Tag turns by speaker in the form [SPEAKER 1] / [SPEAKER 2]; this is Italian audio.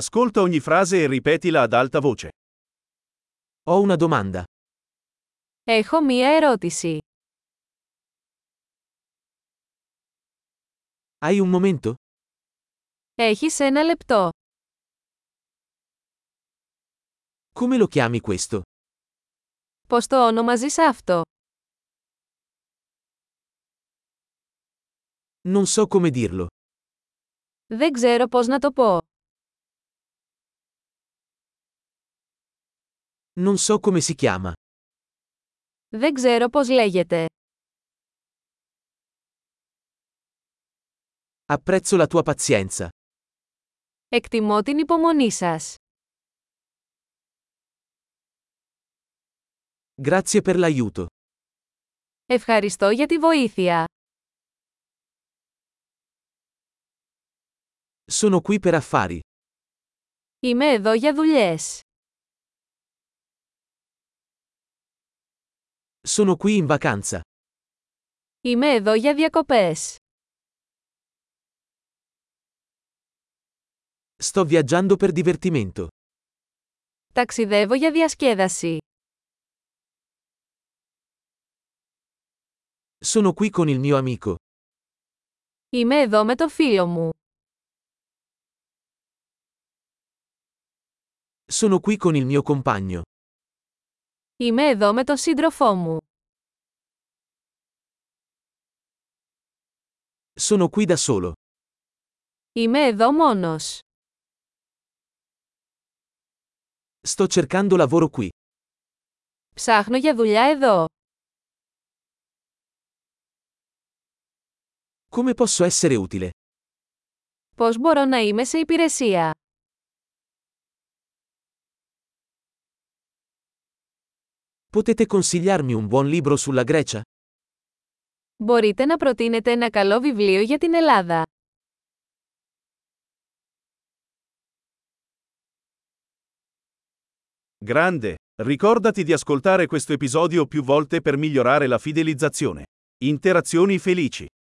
[SPEAKER 1] Ascolta ogni frase e ripetila ad alta voce.
[SPEAKER 2] Ho una domanda.
[SPEAKER 3] Έχω μία ερώτηση.
[SPEAKER 2] Hai un momento?
[SPEAKER 3] Έχεις ένα λεπτό.
[SPEAKER 2] Come lo chiami questo?
[SPEAKER 3] Πώς το ονομαζείς αυτό.
[SPEAKER 2] Non so come dirlo.
[SPEAKER 3] Δεν ξέρω πώς να το πω.
[SPEAKER 2] Non so come si chiama.
[SPEAKER 3] Δεν ξέρω πώς λέγεται.
[SPEAKER 2] Apprezzo la tua pazienza.
[SPEAKER 3] Εκτιμώ την υπομονή σας.
[SPEAKER 2] Grazie per l'aiuto.
[SPEAKER 3] Ευχαριστώ για τη βοήθεια.
[SPEAKER 2] Sono qui per affari.
[SPEAKER 3] Είμαι εδώ για δουλειές.
[SPEAKER 2] Sono qui in vacanza.
[SPEAKER 3] Είμαι εδώ για διακοπές.
[SPEAKER 2] Sto viaggiando per divertimento.
[SPEAKER 3] Ταξιδεύω για διασκέδαση.
[SPEAKER 2] Sono qui con il mio amico.
[SPEAKER 3] Είμαι εδώ με το φίλο μου.
[SPEAKER 2] Sono qui con il mio compagno.
[SPEAKER 3] Είμαι εδώ με τον σύντροφό μου.
[SPEAKER 2] Sono qui da solo.
[SPEAKER 3] Είμαι εδώ μόνος.
[SPEAKER 2] Sto cercando lavoro qui.
[SPEAKER 3] Ψάχνω για δουλειά εδώ.
[SPEAKER 2] Come posso essere utile?
[SPEAKER 3] Πώς μπορώ να είμαι σε υπηρεσία.
[SPEAKER 2] Potete consigliarmi un buon libro sulla Grecia?
[SPEAKER 3] Μπορείτε να προτείνετε ένα καλό βιβλίο για την Ελλάδα.
[SPEAKER 1] Grande. Ricordati di ascoltare questo episodio più volte per migliorare la fidelizzazione. Interazioni felici.